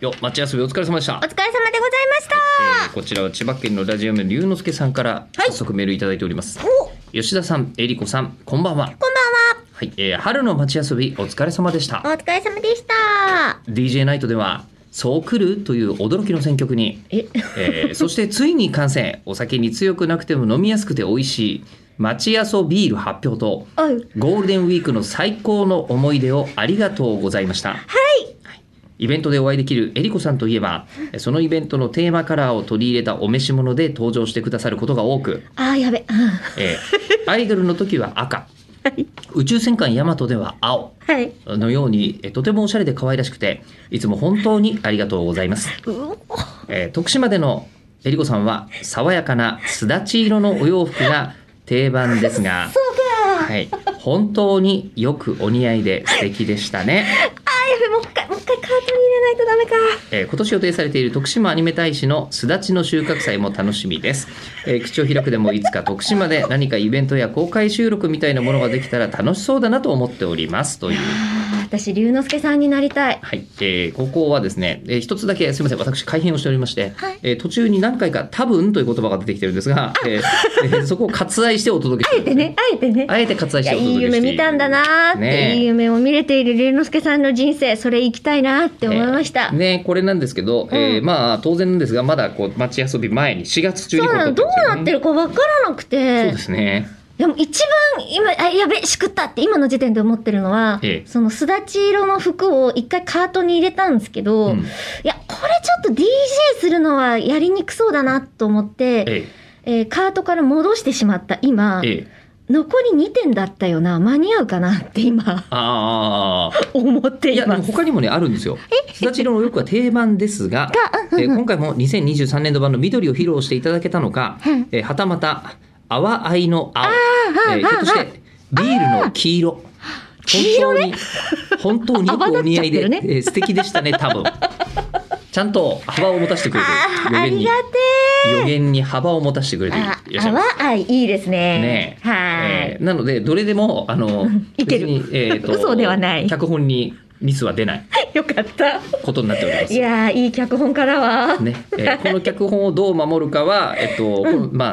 よ、町休みお疲れ様でしたお。疲れ様でございました。えーこちらは千葉県のラジオネーム龍之介さんからはい早速メールいただいております。お、こん吉田さん、えりこさん、こんばんは。ばんはい、えー春の町遊びお疲れ様でした。は。お疲れ様でした。 DJ ナイトでは「そう来る?」という驚きの選曲に、え、 えーそしてついに完成お酒に強くなくても飲みやすくて美味しい町やそビール発表とおい、ゴールデンウィークの最高の思い出をありがとうございました。はい、イベントでお会いできるえりこさんといえばそのイベントのテーマカラーを取り入れたお召し物で登場してくださることが多く、あー、やべ、うんえ ーアイドルの時は赤宇宙戦艦ヤマトでは青はい、のようにえーとてもおしゃれで可愛らしくていつも本当にありがとうございます、うお、えー徳島でのえりこさんは爽やかなすだち色のお洋服が定番ですが、そうか。はい、本当によくお似合いで素敵でしたね、 あー、やべ、もう一回、もう一回カートに入れないとダメか。えー今年予定されている徳島アニメ大使のすだちの収穫祭も楽しみです、えー口を開くでもいつか徳島で何かイベントや公開収録みたいなものができたら楽しそうだなと思っておりますというあー私、龍之介さんになりたい。はい、えー、ここはですね、えー、一つだけすみません、私改編をしておりまして、はいえー途中に何回か多分という言葉が出てきてるんですが、えーえーそこを割愛してお届けあえしててる。ね、あえてね。あえて割愛いしや、ておいい届けして夢いる見たんだなーって、ねえいい夢を見れている龍之介さんの人生、それ行きたいなーって思いました。えーね、これなんですけど、えーうんまあ当然なんですがまだこう街遊び前に4月中そにうなの、どうなってるるかわからなくそうてで。すねでも一番今、あ、やべ、しくったって今の時点で思ってるのは、ええそのすだち色の服を一回カートに入れたんですけうど、んいや、これちょっと DJ するのはやりにくそうだなと思って、ええーカートから戻してしまった今え、ええ残り2点だったよな、間に合うかなって今、 ああ思っていいやでもます。他にもねあるんですよすだち色のよくは定番ですががうんえー今回も2023年度版の緑を披露していただけたのか、うんえーはたまた泡合いの青あえーひょっとしてビールの黄色黄色ね本当にあ本当によくお似合いで、泡立っちゃってるえー素敵でしたね多分ちゃんと幅を持たせてくれてあーるありがて予言に幅を持たせてくれえ。ていあいらっしゃいます淡い、いいですねね。はーいえ。ーなのでどれでもあの いける別にえーと嘘ではない脚本にミスは出ない よかった。ことになっておりますいやー、いい脚本からは。ね、えーこの脚本をどう守るかは、えっと、このまあ、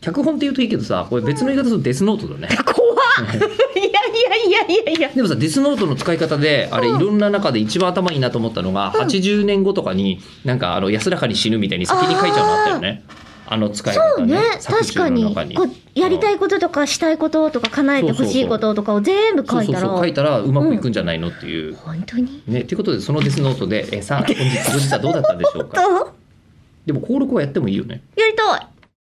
脚本って言うといいけどさ、これ別の言い方するとデスノートだね。怖っいやいやいやいやいやでもさ、デスノートの使い方で、あれ、いろんな中で一番頭いいなと思ったのが、80年後とかに、なんか、あの、安らかに死ぬみたいに先に書いちゃうのあったよね。あの使いそう方ねね。作確か中のに中こうやりたいこととかしたいこととか叶えてほしいこととかを全部書そういそうたらそう、書いたらうまくいくんじゃないのっていう。本当にね、ということで、そのデスノートで、えーさあ、本日、本日はどうだったんでしょうか。どうでも、登録はやってもいいよね。やりたい